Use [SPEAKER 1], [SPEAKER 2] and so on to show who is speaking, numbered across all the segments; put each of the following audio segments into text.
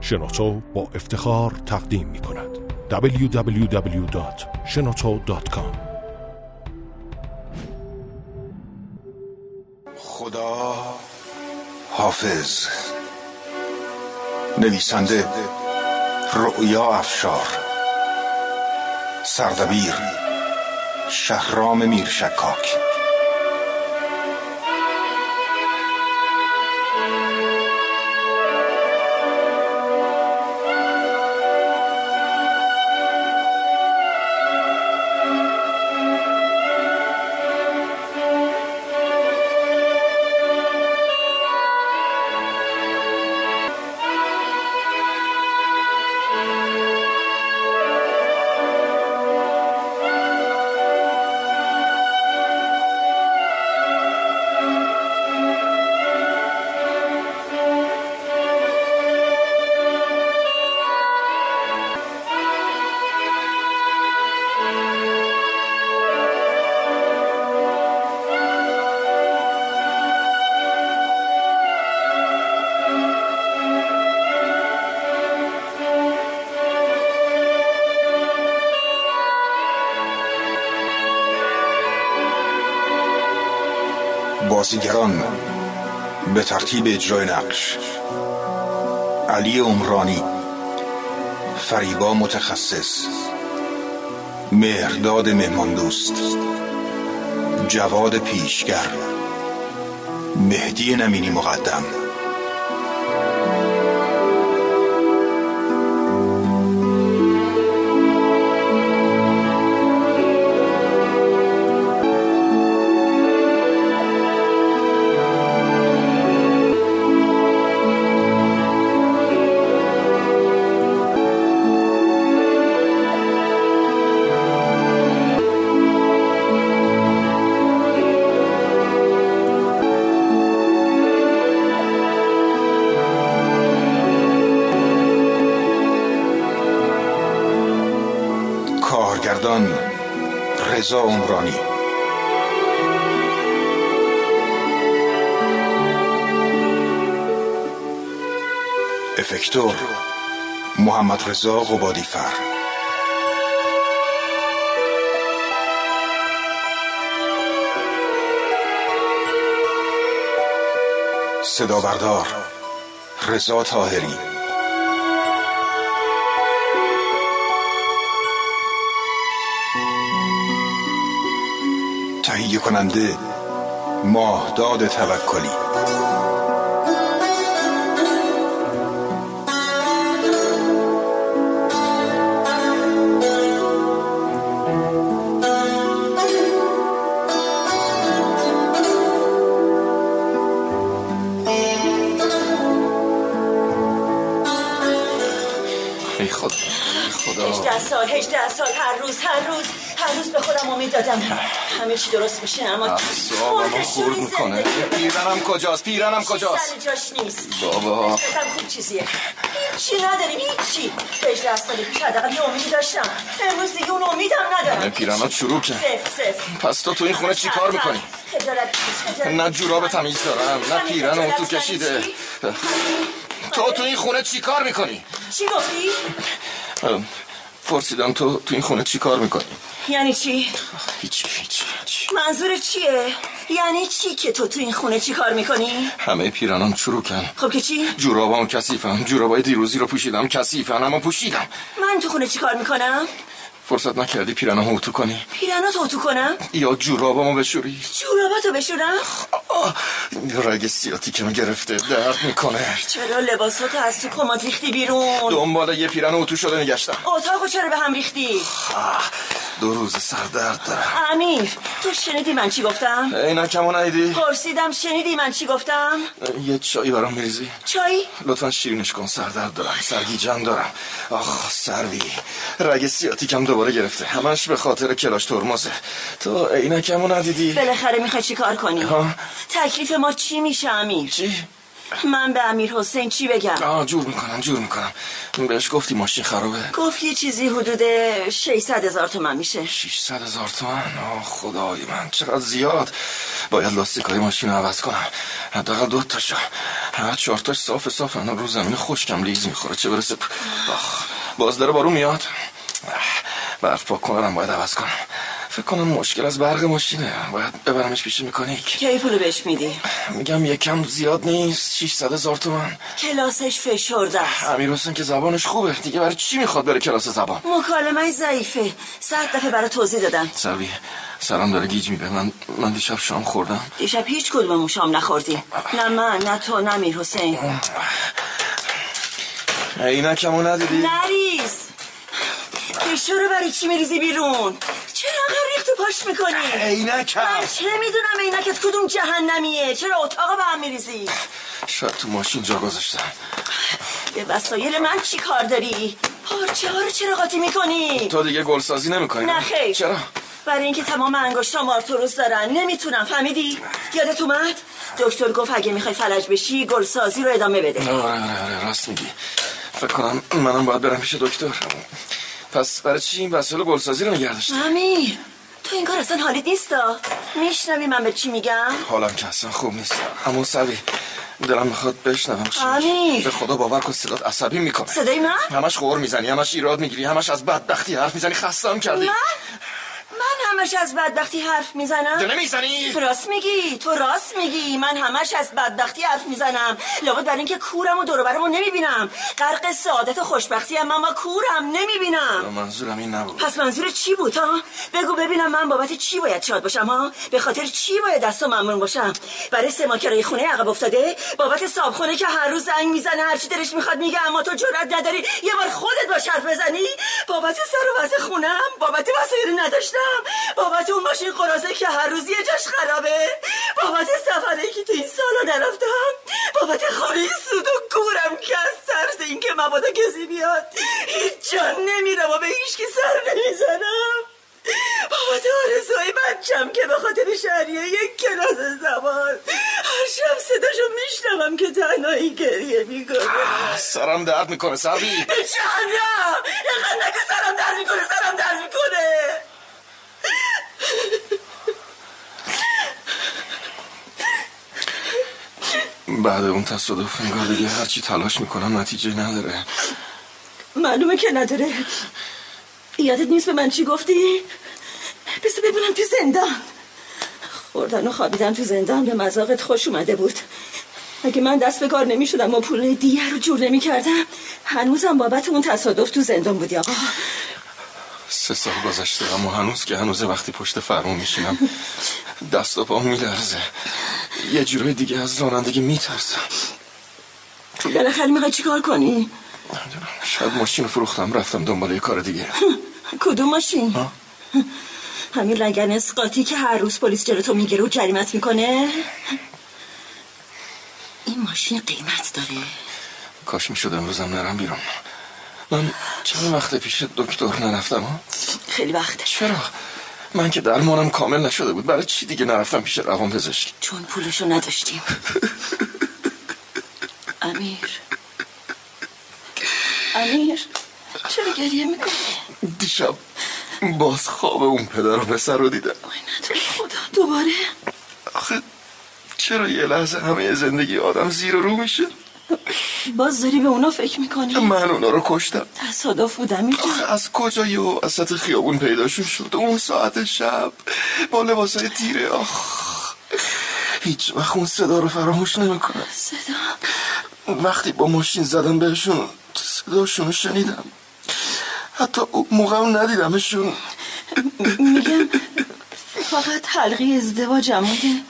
[SPEAKER 1] شنوتو با افتخار تقدیم می کند www.shenoto.com
[SPEAKER 2] خدا حافظ نویسنده رؤیا افشار سردبیر شهرام میرشکاک بازیگران به ترتیب اجرای نقش علی عمرانی فریبا متخصص مهرداد مهمان دوست جواد پیشگر مهدی نمینی مقدم کارگردان رضا عمرانی افکتور محمد رضا قبادی فر صدا بردار رضا طاهری تهیه کننده ماهداد توکلی
[SPEAKER 3] ای خدا ای خدا
[SPEAKER 4] 18 سال 18 سال هر روز هر روز هر روز به خودم امید دادم همه چی درست میشه اما
[SPEAKER 3] اعصابمو خورد میکنه پیرنم کجاست پیرنم کجاست
[SPEAKER 4] سر جاش نیست
[SPEAKER 3] بابا.
[SPEAKER 4] بهتم خوب چیزیه چی نداریم هیچی به 18 سال پیش حداقل یه امیدی داشتم امروز دیگه اون امیدم
[SPEAKER 3] همه
[SPEAKER 4] ندارم
[SPEAKER 3] پیرنات شروع کرد
[SPEAKER 4] صفر صفر
[SPEAKER 3] پس تو تو این خونه چی کار میکنی؟
[SPEAKER 4] خجالت بکش، خجالت
[SPEAKER 3] نه
[SPEAKER 4] بکش.
[SPEAKER 3] جوراب تمیز دارم نه
[SPEAKER 4] همین
[SPEAKER 3] پیرن اون تو
[SPEAKER 4] خجالت
[SPEAKER 3] کشیده
[SPEAKER 4] زنی
[SPEAKER 3] تو تو این خونه چی کار میکنی؟
[SPEAKER 4] چی؟ چی گفتی؟
[SPEAKER 3] پرسیدم تو تو این خونه چی کار میکنی؟
[SPEAKER 4] یعنی چی؟
[SPEAKER 3] هیچ هیچ هیچ
[SPEAKER 4] منظور چیه؟ یعنی چی که تو تو این خونه چی کار میکنی؟
[SPEAKER 3] همه پیرنام چروکن
[SPEAKER 4] خب که چی؟
[SPEAKER 3] جورابام کثیفم جورابای دیروزی رو پوشیدم کثیفن اما پوشیدم
[SPEAKER 4] من تو خونه چی کار میکنم؟
[SPEAKER 3] فرصت نکردی پیرنامو اتو کنی
[SPEAKER 4] پیرنات اتو کنم؟
[SPEAKER 3] یا جورابامو بشوری
[SPEAKER 4] جوراباتو بشورم؟
[SPEAKER 3] آه، رگ سیاتیکم گرفته درد میکنه
[SPEAKER 4] چرا لباساتو از تو کمات ریختی بیرون؟
[SPEAKER 3] دنبال یه پیرن اتو شده میگشتم
[SPEAKER 4] اتاقو چرا به هم ریختی؟
[SPEAKER 3] آه، دو روز سردرد دارم
[SPEAKER 4] امیر تو شنیدی من چی گفتم؟
[SPEAKER 3] عینکمو ندیدی
[SPEAKER 4] پرسیدم شنیدی من چی گفتم؟
[SPEAKER 3] یه چایی برام میریزی
[SPEAKER 4] چایی؟
[SPEAKER 3] لطفا شیرینش کن سردرد دارم سرگیجم دارم آخ سروی رگ سیاتیکم دوباره گرفته همش به خاطر کلاش ترمزه تو عینکمو ندیدی
[SPEAKER 4] بالاخره میخوای چی کار کنی؟
[SPEAKER 3] ها.
[SPEAKER 4] تکلیف ما چی میشه امیر؟
[SPEAKER 3] چی
[SPEAKER 4] من به امیر حسین چی بگم
[SPEAKER 3] آه جور میکنم جور میکنم بهش گفتی ماشین خرابه
[SPEAKER 4] گفت یه چیزی حدود 600 هزار تومن میشه
[SPEAKER 3] 600 هزار تومن آه خدای من چقدر زیاد باید لاستیک های ماشین رو عوض کنم حداقل دو تاشا هر چهار تاش صاف صاف رو زمین خشکم لیز میخوره چه برسه پ- آخ باز داره بارو میاد آه، برف پاک کنم باید عوض کنم فکر کنم مشکل از برق ماشینه باید ببرمش پیش مکانیک
[SPEAKER 4] کی پولو بهش میدی
[SPEAKER 3] میگم یکم زیاد نیست 600 هزار تومن
[SPEAKER 4] کلاسش فشرده است
[SPEAKER 3] امیر حسین که زبانش خوبه دیگه برای چی میخواد بره کلاس زبان
[SPEAKER 4] مکالمه ضعیفه صد دفعه برای توضیح دادم
[SPEAKER 3] سروی سرم داره گیج میده من من دیشب شام خوردم
[SPEAKER 4] دیشب هیچ کدوممون شام نخوردیم نه من نه تو نه امیر حسین
[SPEAKER 3] عینکمو ندیدی
[SPEAKER 4] نریز فشار رو برای چی میریزی بیرون چرا انقدر ریخت و پاش میکنی
[SPEAKER 3] عینکم
[SPEAKER 4] من چه میدونم عینکت کدوم جهنمیه چرا اتاق به هم میریزی
[SPEAKER 3] شاید تو ماشین جا گذاشتم
[SPEAKER 4] به وسایل من چی کار داری پارچه ها رو چرا قاطی میکنی
[SPEAKER 3] تو دیگه گلسازی نمیکنی
[SPEAKER 4] نه خیر
[SPEAKER 3] چرا
[SPEAKER 4] برای اینکه تمام انگشتام آرتروز دارن نمیتونم فهمیدی یادت اومد دکتر گفت اگه میخوای فلج بشی گلسازی رو ادامه بده
[SPEAKER 3] آره آره آره راست میگی فکر کنم منم باید برم پیش دکتر پس برای چی این وسایل گلسازی رو نگه داشتی؟
[SPEAKER 4] ممی تو این کار اصلا حالیت نیستا میشنوی من به چی میگم
[SPEAKER 3] حالم که اصلا خوب نیست اما سوی دلم میخواد بشنوم چی میگی.
[SPEAKER 4] امیر.
[SPEAKER 3] به خدا باور کن صدات عصبی میکنه
[SPEAKER 4] صدای من
[SPEAKER 3] همش غور میزنی همش ایراد میگیری همش از بدبختی حرف میزنی خستم کردی
[SPEAKER 4] من من همش از بدبختی حرف میزنم
[SPEAKER 3] دل نمیزنی
[SPEAKER 4] راست میگی تو راست میگی من همش از بدبختی حرف میزنم لابد برای اینکه کورم و دوروبرم رو نمیبینم غرق سعادت و خوشبختی هم اما کورم نمیبینم
[SPEAKER 3] منظورم این نبود
[SPEAKER 4] پس منظور چی بود ها بگو ببینم من بابت چی باید شاد باشم ها به خاطر چی باید دست و ممنون باشم برای سه ماه کرایه خونه عقب افتاده بابت صابخونه که هر روز زنگ میزنه هر چی دلش میخواد میگه اما تو جرأت نداری یه بار خودت باش حرف بزنی بابت سر و وضع خونم بابت وسایل نداشتم بابت اون ماشین قراضه که هر روز یه جاش خرابه بابت سفری که تو این سالا نرفتم بابت خونه سود و گورم که از ترس اینکه مبادا کسی بیاد هیچ جا نمیرم و به هیچکی سر نمیزنم بابت آرزوی بچم که به خاطر شهریه یک کلاس زبان هر شب صداشو میشنوم که تنهایی گریه میکنه
[SPEAKER 3] سرم درد میکنه سوی
[SPEAKER 4] به جهنم اینقدر نگه سرم در میکنه سرم در میکنه
[SPEAKER 3] بعد اون تصادف انگار دیگه هرچی تلاش میکنم نتیجه نداره
[SPEAKER 4] معلومه که نداره یادت نیست به من چی گفتی؟ بسه ببینم تو زندان خوردن و خوابیدن تو زندان به مزاقت خوش اومده بود اگه من دست به کار نمی شدم و پول دیگه رو جور نمی کردم هنوزم بابت اون تصادف تو زندان بودی آقا
[SPEAKER 3] سه سال گذشته اما هنوز که هنوز وقتی پشت فرمون میشینم دست و پام میلرزه یه جورای دیگه از رانندگی میترسم
[SPEAKER 4] بالاخره میخوای چیکار کنی؟
[SPEAKER 3] شاید ماشین رو فروختم رفتم دنبال یه کار دیگه
[SPEAKER 4] کدوم ماشین؟
[SPEAKER 3] ها؟
[SPEAKER 4] همین لگن اسقاطی که هر روز پلیس جلو تو میگیره و جریمت میکنه این ماشین قیمت داره
[SPEAKER 3] کاش میشد امروزم نرم بیرون من چند وقت پیش دکتر نرفتم ها؟
[SPEAKER 4] خیلی وقته
[SPEAKER 3] چرا؟ من که درمانم کامل نشده بود برای چی دیگه نرفتم پیش روان پزشک
[SPEAKER 4] چون پولشو نداشتیم امیر امیر چرا گریه میکنی؟
[SPEAKER 3] دیشب باز خواب اون پدر و پسر رو دیدم
[SPEAKER 4] وای نداره خدا دوباره
[SPEAKER 3] آخه چرا یه لحظه همه زندگی آدم زیر و رو میشه
[SPEAKER 4] باز داری به اونا فکر میکنی؟
[SPEAKER 3] من اونا رو کشتم
[SPEAKER 4] تصادف بود امیر جان
[SPEAKER 3] آخه از کجا یه وسط خیابون پیداشون شد اون ساعت شب با لباسای تیره آخ هیچ وقت اون صدا رو فراموش نمیکنم
[SPEAKER 4] صدا
[SPEAKER 3] وقتی با ماشین زدم بهشون صداشون رو شنیدم حتی اون موقع هم ندیدمشون
[SPEAKER 4] میگم فقط حلقه ازدواجم بوده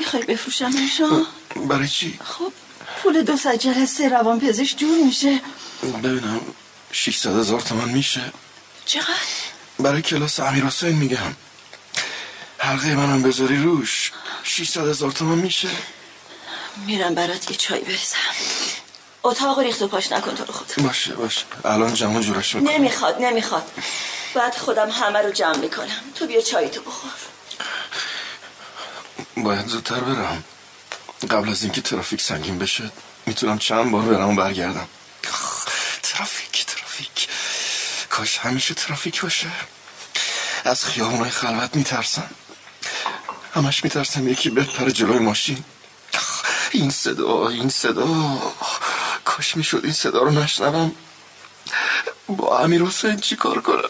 [SPEAKER 4] میخوای بفروشم ایشا
[SPEAKER 3] برای چی؟
[SPEAKER 4] خب پول دو ساعت جلسه روان پزش جور میشه
[SPEAKER 3] ببینم 600 هزار تومن میشه
[SPEAKER 4] چقدر؟
[SPEAKER 3] برای کلاس امیر حسین میگم حلقه منم بذاری روش 600 هزار تومن میشه
[SPEAKER 4] میرم برات یه چای بریزم اتاق ریخت و پاش نکن تو رو خدا
[SPEAKER 3] باشه باشه الان جمع و جورش میکنم
[SPEAKER 4] نمیخواد نمیخواد بعد خودم همه رو جمع میکنم تو بیا چای تو بخور
[SPEAKER 3] باید زودتر برم قبل از اینکه ترافیک سنگین بشه میتونم چند بار برم و برگردم آخ، ترافیک ترافیک کاش همیشه ترافیک باشه از خیابونای خلوت میترسم همش میترسم یکی بپره جلوی ماشین آخ، این صدا این صدا کاش میشد این صدا رو نشنوم با امیر حسین چی کار کنم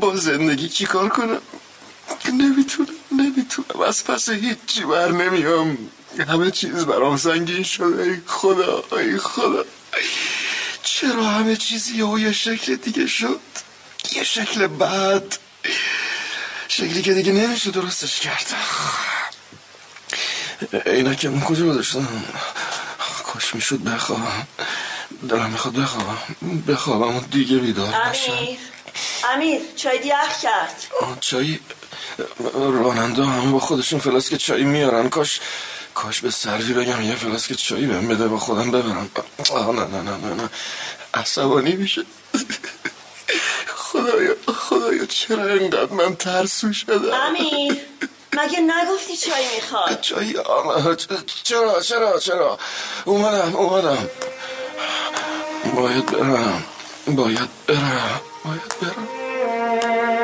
[SPEAKER 3] با زندگی چی کار کنم نمیتونم نمیتونم از پس هیچی بر نمیام همه چیز برام سنگین شده ای خدا ای خدا چرا همه چیز یهو یه شکل دیگه شد یه شکل بد شکلی که دیگه نمیشه درستش کرد عینکم کجا گذاشتم کاش میشد بخوابم دلم میخواد بخوابم بخوابم و دیگه بیدار نشم
[SPEAKER 4] امیر امیر چای دیخ کرد
[SPEAKER 3] آه، چای راننده همه با خودشون فلاسک چای میارن کاش کاش به سروی بگم یه فلاسک چای بهم بده با خودم ببرم آه نه نه نه نه نه عصبانی میشه خدایا خدایا چرا اینقدر من ترسو شدم
[SPEAKER 4] امیر مگه نگفتی چای میخواد
[SPEAKER 3] چای آمد چرا چرا چرا اومدم اومدم باید برم باید برم باید برم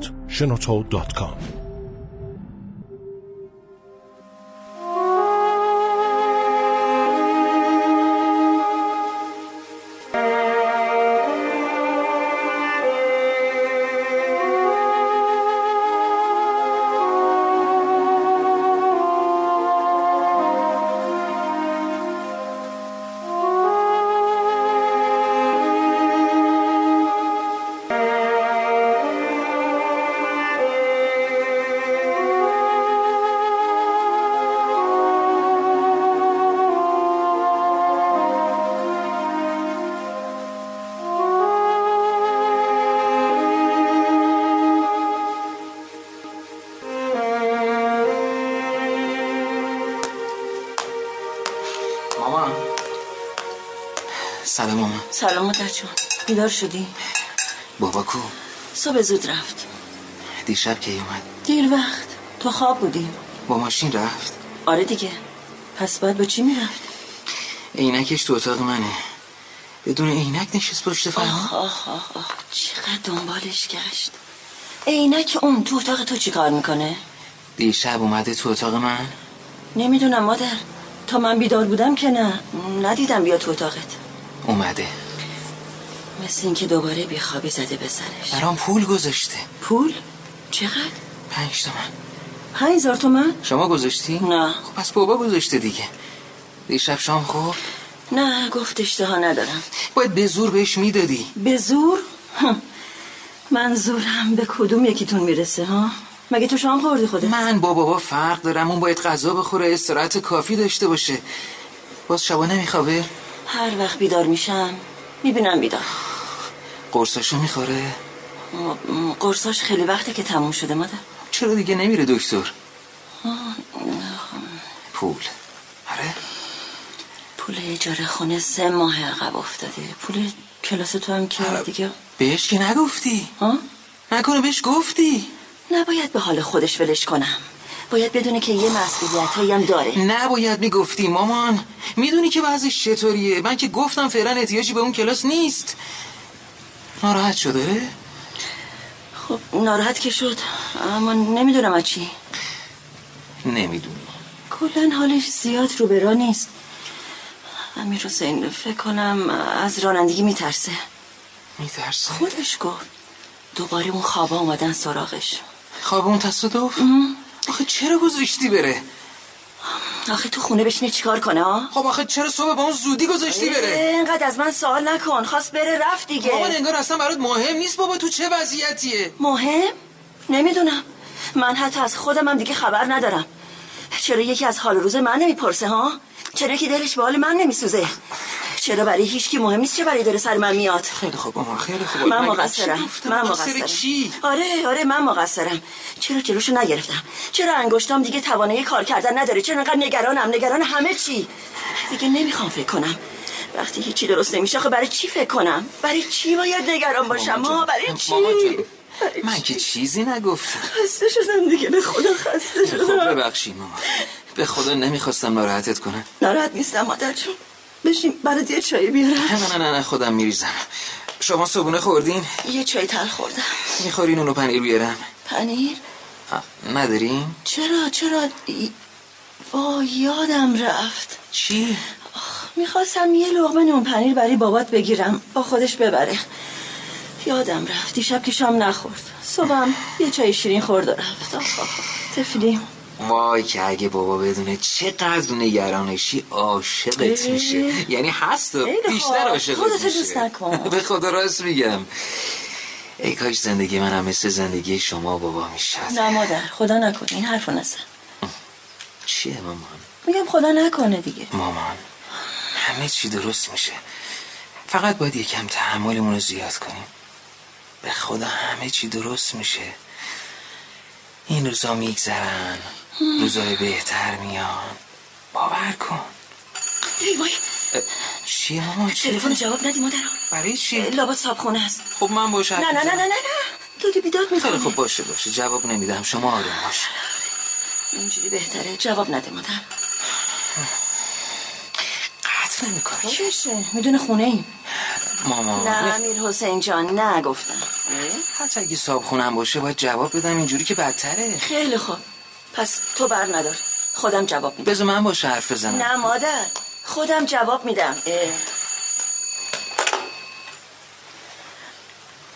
[SPEAKER 1] www.shenoto.com
[SPEAKER 5] مامان سلام مامان
[SPEAKER 4] سلام مادر جون بیدار شدی
[SPEAKER 5] بابا کو
[SPEAKER 4] صبح زود رفت
[SPEAKER 5] دیشب کی اومد
[SPEAKER 4] دیر وقت تو خواب بودی
[SPEAKER 5] با ماشین رفت
[SPEAKER 4] آره دیگه پس بعد با چی میرفت
[SPEAKER 5] عینکش تو اتاق منه بدون عینک نشست پشت
[SPEAKER 4] آخ
[SPEAKER 5] فرمان
[SPEAKER 4] آخ آخ آخ چقدر دنبالش گشت عینک اون تو اتاق تو چی کار میکنه
[SPEAKER 5] دیشب اومده تو اتاق من
[SPEAKER 4] نمیدونم مادر تا من بیدار بودم که نه ندیدم بیا تو اتاقت
[SPEAKER 5] اومده
[SPEAKER 4] مثل اینکه دوباره بیخوابی زده به سرش
[SPEAKER 5] برام پول گذاشته
[SPEAKER 4] پول چقدر
[SPEAKER 5] پنج تومن
[SPEAKER 4] پنج هزار تومن
[SPEAKER 5] شما گذاشتی؟
[SPEAKER 4] نه.
[SPEAKER 5] خب پس بابا گذاشته دیگه دیشب شام خب
[SPEAKER 4] نه گفت اشتها ندارم
[SPEAKER 5] باید به زور بهش میدادی
[SPEAKER 4] به زور هم. منظورم به کدوم یکیتون میرسه ها مگه تو شام خوردی خودت
[SPEAKER 5] من با بابا فرق دارم اون باید غذا بخوره استراحت کافی داشته باشه باز شبانه میخوابه
[SPEAKER 4] هر وقت بیدار میشم میبینم بیدار
[SPEAKER 5] قرصاشو میخوره
[SPEAKER 4] م- م- قرصاش خیلی وقته که تموم شده مادر
[SPEAKER 5] چرا دیگه نمیره دکتر پول آره
[SPEAKER 4] پول اجاره خونه سه ماه عقب افتاده پول کلاس تو هم که دیگه
[SPEAKER 5] بهش که نگفتی
[SPEAKER 4] ها
[SPEAKER 5] نکنه بهش گفتی
[SPEAKER 4] نباید به حال خودش ولش کنم باید بدونه که یه مسئولیت هایی هم داره
[SPEAKER 5] نباید میگفتی مامان میدونی که بعضیش چطوریه من که گفتم فعلا احتیاجی به اون کلاس نیست ناراحت شده
[SPEAKER 4] خب ناراحت که شد اما نمیدونم از چی
[SPEAKER 5] نمیدونی
[SPEAKER 4] کلا حالش زیاد رو به راه نیست امیر حسین فکر کنم از رانندگی میترسه
[SPEAKER 3] میترسه
[SPEAKER 4] خودش گفت دوباره اون خوابا اومدن سراغش
[SPEAKER 3] خواب اون تصادف آخه چرا گذاشتی بره
[SPEAKER 4] آخه تو خونه بشینه چیکار کنه ها؟
[SPEAKER 3] خب آخه چرا صبح با اون زودی گذاشتی بره
[SPEAKER 4] اه، اینقدر از من سوال نکن خواست بره رفت
[SPEAKER 3] مامان
[SPEAKER 4] دیگه
[SPEAKER 3] انگار اصلا برات مهم نیست بابا تو چه وضعیتیه
[SPEAKER 4] مهم؟ نمیدونم من حتی از خودم هم دیگه خبر ندارم چرا یکی از حال و روز من نمیپرسه ها؟ چرا که دلش به حال من نمیسوزه؟ چرا برای هیچ کی مهم نیست چه برای داره سر من میاد؟
[SPEAKER 3] خیلی خوب مامان خیلی خوب
[SPEAKER 4] من
[SPEAKER 3] مگه چی
[SPEAKER 4] مقصرم
[SPEAKER 3] گفتم؟
[SPEAKER 4] من
[SPEAKER 3] مقصر
[SPEAKER 4] مقصرم
[SPEAKER 3] چی
[SPEAKER 4] آره آره من مقصرم چرا جلوشو نگرفتم چرا انگشتام دیگه توانایی کار کردن نداره چرا انقدر نگرانم نگران همه چی دیگه نمیخوام فکر کنم وقتی هیچی درست نمیشه خب برای چی فکر کنم برای چی باید نگران باشم
[SPEAKER 3] مامان جان،
[SPEAKER 4] ما برای چی
[SPEAKER 3] مامان جان،
[SPEAKER 4] برای
[SPEAKER 3] من
[SPEAKER 4] چی؟
[SPEAKER 3] که چیزی نگفتم
[SPEAKER 4] خسته شدم دیگه به خدا خسته
[SPEAKER 3] خب
[SPEAKER 4] شدم
[SPEAKER 3] ببخشید مامان به خدا نمیخواستم ناراحتت کنم
[SPEAKER 4] ناراحت نیستم مادر جون بشین برات یه چای بیارم
[SPEAKER 3] نه نه نه نه خودم میریزم شما صبونه خوردین
[SPEAKER 4] یه چای تل خوردم
[SPEAKER 3] میخورین اونو پنیر بیارم
[SPEAKER 4] پنیر
[SPEAKER 3] آه، ندارین
[SPEAKER 4] چرا چرا ای- وای یادم رفت
[SPEAKER 3] چی
[SPEAKER 4] میخواستم یه لغمه نون پنیر برای بابات بگیرم با خودش ببره یادم رفت دیشب که شام نخورد صبحم یه چای شیرین خورد و رفت آخ، آخ، آخ. تفلی
[SPEAKER 3] وای که اگه بابا بدونه چقدر نگرانشی عاشقت
[SPEAKER 4] اه.
[SPEAKER 3] میشه یعنی هست و
[SPEAKER 4] خیلی خوب.
[SPEAKER 3] بیشتر عاشقت
[SPEAKER 4] خودتو
[SPEAKER 3] میشه
[SPEAKER 4] دوست نکن.
[SPEAKER 3] به خدا راست میگم ای کاش زندگی منم مثل زندگی شما و بابا میشد
[SPEAKER 4] نه مادر خدا نکنه این حرف نزن
[SPEAKER 3] چیه مامان
[SPEAKER 4] میگم خدا نکنه دیگه
[SPEAKER 3] مامان همه چی درست میشه فقط باید یکم تحملمون رو زیاد کنیم به خدا همه چی درست میشه این روزا میگذرن روزای بهتر میان باور کن
[SPEAKER 4] ای وای
[SPEAKER 3] اه، چیه مامان چیه؟
[SPEAKER 4] تلفن جواب ندی مادر
[SPEAKER 3] برای چی؟
[SPEAKER 4] لابد صابخونه است
[SPEAKER 3] خب من باشه
[SPEAKER 4] نه نه نه نه نه دودی بیداد
[SPEAKER 3] خیلی
[SPEAKER 4] میکنه
[SPEAKER 3] خب باشه باشه جواب نمیدم شما آروم باش
[SPEAKER 4] اینجوری بهتره جواب نده مادر
[SPEAKER 3] قطع نمیکنی
[SPEAKER 4] بشه میدونه خونه ایم
[SPEAKER 3] مامان
[SPEAKER 4] نه امیر حسین جان نه گفتم
[SPEAKER 3] حتی اگه صاحب خونم باشه باید جواب بدم اینجوری که بدتره
[SPEAKER 4] خیلی خوب پس تو بر ندار خودم جواب میدم
[SPEAKER 3] بذار من باشه حرف بزنم
[SPEAKER 4] نه مادر خودم جواب میدم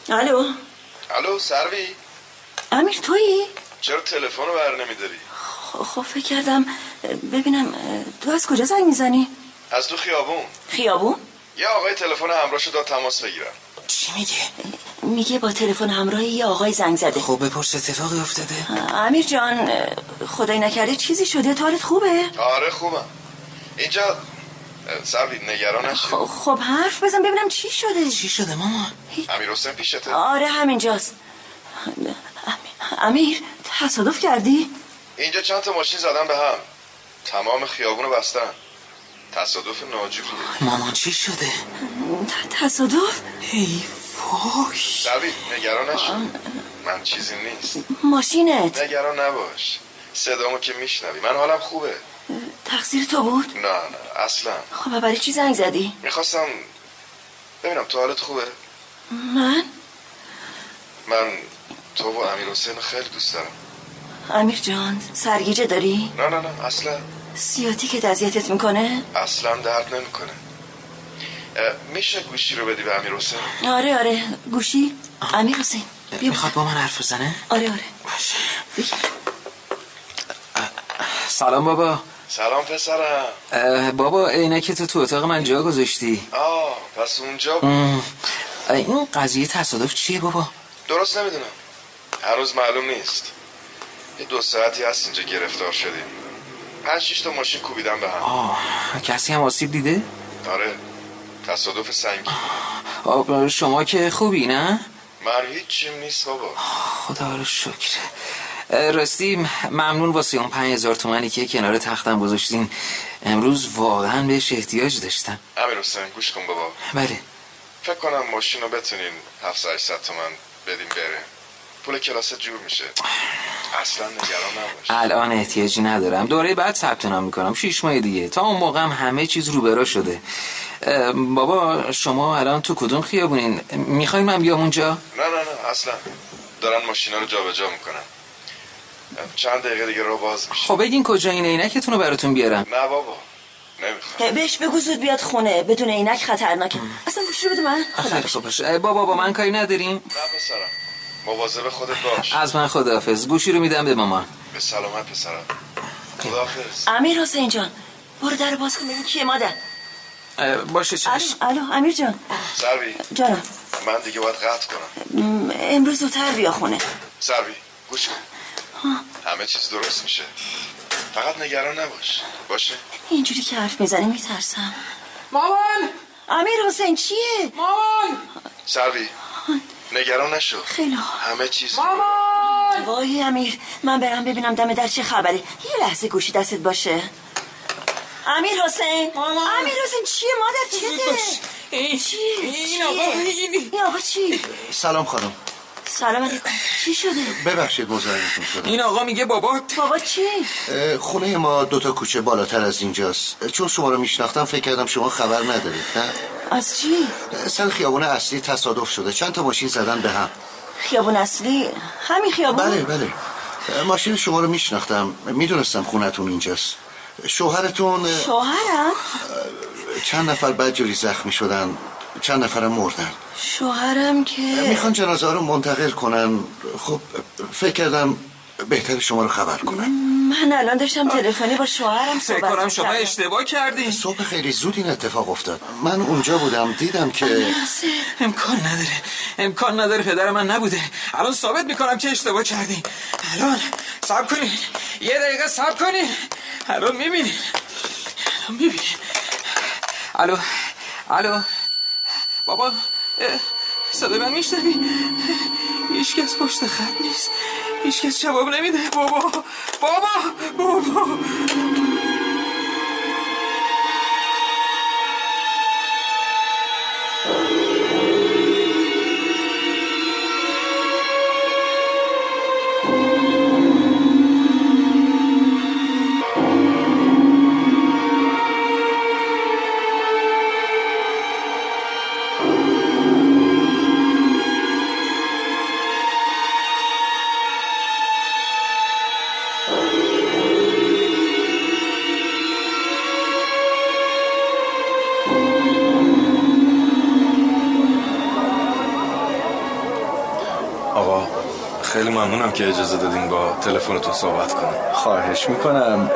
[SPEAKER 4] الو
[SPEAKER 6] الو سروی
[SPEAKER 4] امیر تویی؟
[SPEAKER 6] چرا تلفن رو بر نمیداری
[SPEAKER 4] خ- خب فکر کردم اه، ببینم اه، تو از کجا زنگ میزنی؟
[SPEAKER 6] از تو خیابون
[SPEAKER 4] خیابون؟
[SPEAKER 6] یه آقای تلفن همراهشو داد تماس بگیرم
[SPEAKER 3] چی میگه؟
[SPEAKER 4] میگه با تلفن همراه یه آقای زنگ زده
[SPEAKER 3] خب بپرس اتفاقی افتاده
[SPEAKER 4] اه، امیر جان اه، خدای نکرده چیزی شده حالت خوبه؟
[SPEAKER 6] آره خوبم اینجا اه، سروی نگران نشی
[SPEAKER 4] خ- خب حرف بزن ببینم چی شده
[SPEAKER 3] چی شده مامان؟
[SPEAKER 6] امیر حسین پیشته
[SPEAKER 4] آره همینجاست امیر تصادف کردی؟
[SPEAKER 6] اینجا چند تا ماشین زدن به هم تمام خیابون رو بستن تصادف ناجی بوده
[SPEAKER 3] مامان چی شده؟
[SPEAKER 4] ت- تصادف؟
[SPEAKER 3] ای وای
[SPEAKER 6] سروی نگران نشی من چیزی نیست
[SPEAKER 4] ماشینت
[SPEAKER 6] نگران نباش صدامو که میشنوی من حالم خوبه
[SPEAKER 4] تقصیر تو بود؟
[SPEAKER 6] نه نه اصلا
[SPEAKER 4] خب برای چی زنگ زدی؟
[SPEAKER 6] میخواستم ببینم تو حالت خوبه
[SPEAKER 4] من؟
[SPEAKER 6] من تو و امیر حسین خیلی دوست دارم
[SPEAKER 4] امیر جان سرگیجه داری؟
[SPEAKER 6] نه نه نه اصلا
[SPEAKER 4] سیاتی که اذیتت میکنه؟
[SPEAKER 6] اصلا درد نمیکنه میشه گوشی رو بدی به امیر حسین
[SPEAKER 4] آره آره گوشی؟ امیر حسین بیا
[SPEAKER 3] میخواد با من حرف بزنه؟
[SPEAKER 4] آره آره
[SPEAKER 3] باشه
[SPEAKER 4] بگیر.
[SPEAKER 3] سلام بابا
[SPEAKER 6] سلام پسرم
[SPEAKER 3] اه، بابا عینک تو تو اتاق من جا گذاشتی
[SPEAKER 6] آه پس اونجا بود.
[SPEAKER 3] ام، اه، این قضیه تصادف چیه بابا؟
[SPEAKER 6] درست نمیدونم هنوز معلوم نیست یه دو ساعتی هست اینجا گرفتار شدیم پنج شیش تا ماشین کوبیدن به هم
[SPEAKER 3] آه کسی هم آسیب دیده؟
[SPEAKER 6] آره تصادف سنگی
[SPEAKER 3] آه، شما که خوبی نه؟
[SPEAKER 6] من هیچیم نیست بابا
[SPEAKER 3] خدا رو شکر اه، راستی ممنون واسه اون پنج هزار تومنی که کنار تختم گذاشتین امروز واقعا بهش احتیاج داشتم
[SPEAKER 6] امیر حسین گوش کن بابا
[SPEAKER 3] بله
[SPEAKER 6] فکر کنم ماشین رو بتونین 700 تومن بدیم بره پول کلاس جور میشه اصلا نگران نباش
[SPEAKER 3] الان احتیاجی ندارم دوره بعد ثبت نام میکنم شیش ماه دیگه تا اون موقع هم همه چیز روبرا شده اه، بابا شما الان تو کدوم خیابونین میخوایم من بیام اونجا
[SPEAKER 6] نه نه نه اصلا دارن ماشینا رو جابجا میکنن چند دقیقه دیگه رو باز میشه
[SPEAKER 4] خب.
[SPEAKER 3] خب بگین کجا این عینکتون رو براتون بیارم
[SPEAKER 6] نه بابا نمیخوام
[SPEAKER 4] بهش بگو زود بیاد خونه بدون عینک خطرناکه اصلا گوشی رو بده من خدا
[SPEAKER 5] خیلی خوب باشه بابا با من کاری نداریم
[SPEAKER 6] نه پسرم مواظب خودت باش
[SPEAKER 5] از من خداحافظ گوشی رو میدم به مامان
[SPEAKER 6] به سلامت پسرم
[SPEAKER 4] خب.
[SPEAKER 6] خداحافظ
[SPEAKER 4] امیر حسین جان برو در باز کن ببین کیه مادر
[SPEAKER 5] اه، باشه
[SPEAKER 3] آره.
[SPEAKER 4] الو
[SPEAKER 5] چشم
[SPEAKER 4] الو امیر جان
[SPEAKER 6] سروی
[SPEAKER 4] جانم
[SPEAKER 6] من دیگه باید قطع کنم
[SPEAKER 4] م، امروز زودتر بیا خونه
[SPEAKER 6] سروی گوش کن همه چیز درست میشه فقط نگران نباش باشه
[SPEAKER 4] اینجوری که حرف میزنه میترسم
[SPEAKER 5] مامان
[SPEAKER 4] امیر حسین چیه
[SPEAKER 5] مامان
[SPEAKER 6] سروی نگران نشو
[SPEAKER 4] خیلی خوب.
[SPEAKER 6] همه چیز
[SPEAKER 5] مامان
[SPEAKER 4] وای امیر من برم ببینم دم در چه خبره یه لحظه گوشی دستت باشه امیر حسین
[SPEAKER 5] مامان.
[SPEAKER 4] امیر حسین چیه مادر چیه
[SPEAKER 5] این
[SPEAKER 4] چیه
[SPEAKER 5] این
[SPEAKER 4] چیه؟
[SPEAKER 5] آقا، این-
[SPEAKER 4] این آقا چی
[SPEAKER 7] سلام خانم
[SPEAKER 4] سلام علیکم چی شده
[SPEAKER 7] ببخشید مزاحمتون شدم
[SPEAKER 5] این آقا میگه بابا
[SPEAKER 4] بابا چی
[SPEAKER 7] اه، خونه ما دوتا کوچه بالاتر از اینجاست اه، چون شما رو میشناختم فکر کردم شما خبر ندارید نه
[SPEAKER 4] از چی
[SPEAKER 7] اه، سر خیابون اصلی تصادف شده چند تا ماشین زدن به هم
[SPEAKER 4] خیابون اصلی همین خیابون
[SPEAKER 7] بله بله اه، ماشین شما رو میشناختم میدونستم خونتون اینجاست شوهرتون اه،
[SPEAKER 4] شوهرم
[SPEAKER 7] چند نفر بدجوری زخمی شدن چند نفرم مردن
[SPEAKER 4] شوهرم که
[SPEAKER 7] میخوان جنازه ها رو منتقل کنن خب فکر کردم بهتر شما رو خبر کنن
[SPEAKER 4] من الان داشتم تلفنی با شوهرم
[SPEAKER 5] فکر
[SPEAKER 4] صحبت
[SPEAKER 5] کنم شما
[SPEAKER 4] می‌کردم.
[SPEAKER 5] اشتباه کردین
[SPEAKER 7] صبح خیلی زود این اتفاق افتاد من اونجا بودم دیدم که
[SPEAKER 5] امکان نداره امکان نداره پدر من نبوده الان ثابت میکنم که اشتباه کردین الان صبر کنین یه دقیقه صبر کنین الان میبینین الان میبینین الو الو بابا اه، صدای من میشنوی هیچکس پشت خط نیست هیچکس جواب نمیده بابا بابا بابا
[SPEAKER 3] آقا خیلی ممنونم که اجازه دادین با تلفنتون صحبت کنم
[SPEAKER 8] خواهش میکنم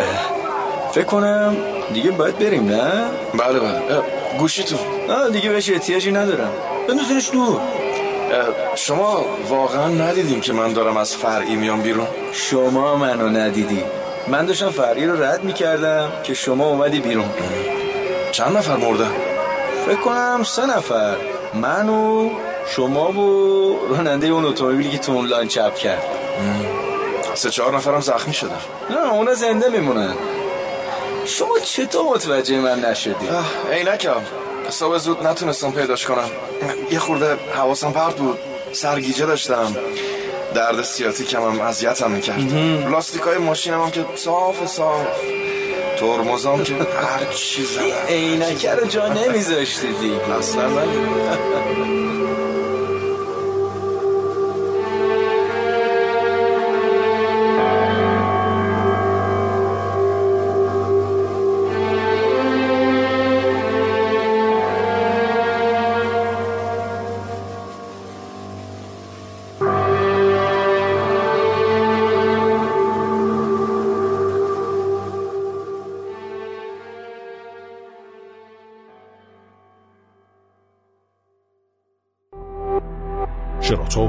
[SPEAKER 8] فکر کنم دیگه باید بریم نه؟
[SPEAKER 3] بله بله اه، گوشیتون
[SPEAKER 8] آه دیگه بهش احتیاجی ندارم بندازنش دور
[SPEAKER 3] اه، شما واقعا ندیدیم که من دارم از فرعی میام بیرون
[SPEAKER 8] شما منو ندیدی من داشتم فرعی رو رد میکردم که شما اومدی بیرون
[SPEAKER 3] چند نفر مردن
[SPEAKER 8] فکر کنم سه نفر من و شما و راننده اون اتومبیلی که تو اون لان چپ کرد
[SPEAKER 3] سه چهار نفرم زخمی شدن
[SPEAKER 8] نه اونا زنده میمونن شما چطور متوجه من نشدی؟
[SPEAKER 3] اه، عینکم صبح زود نتونستم پیداش کنم یه خورده حواسم پرت بود سرگیجه داشتم درد سیاتی کمم اذیتم میکرد لاستیکای ماشینم هم که صاف صاف ترمزام که هر چی زدم
[SPEAKER 8] عینکه رو جا نمیذاشتی دیگه
[SPEAKER 3] اصلا نه.
[SPEAKER 1] شراطو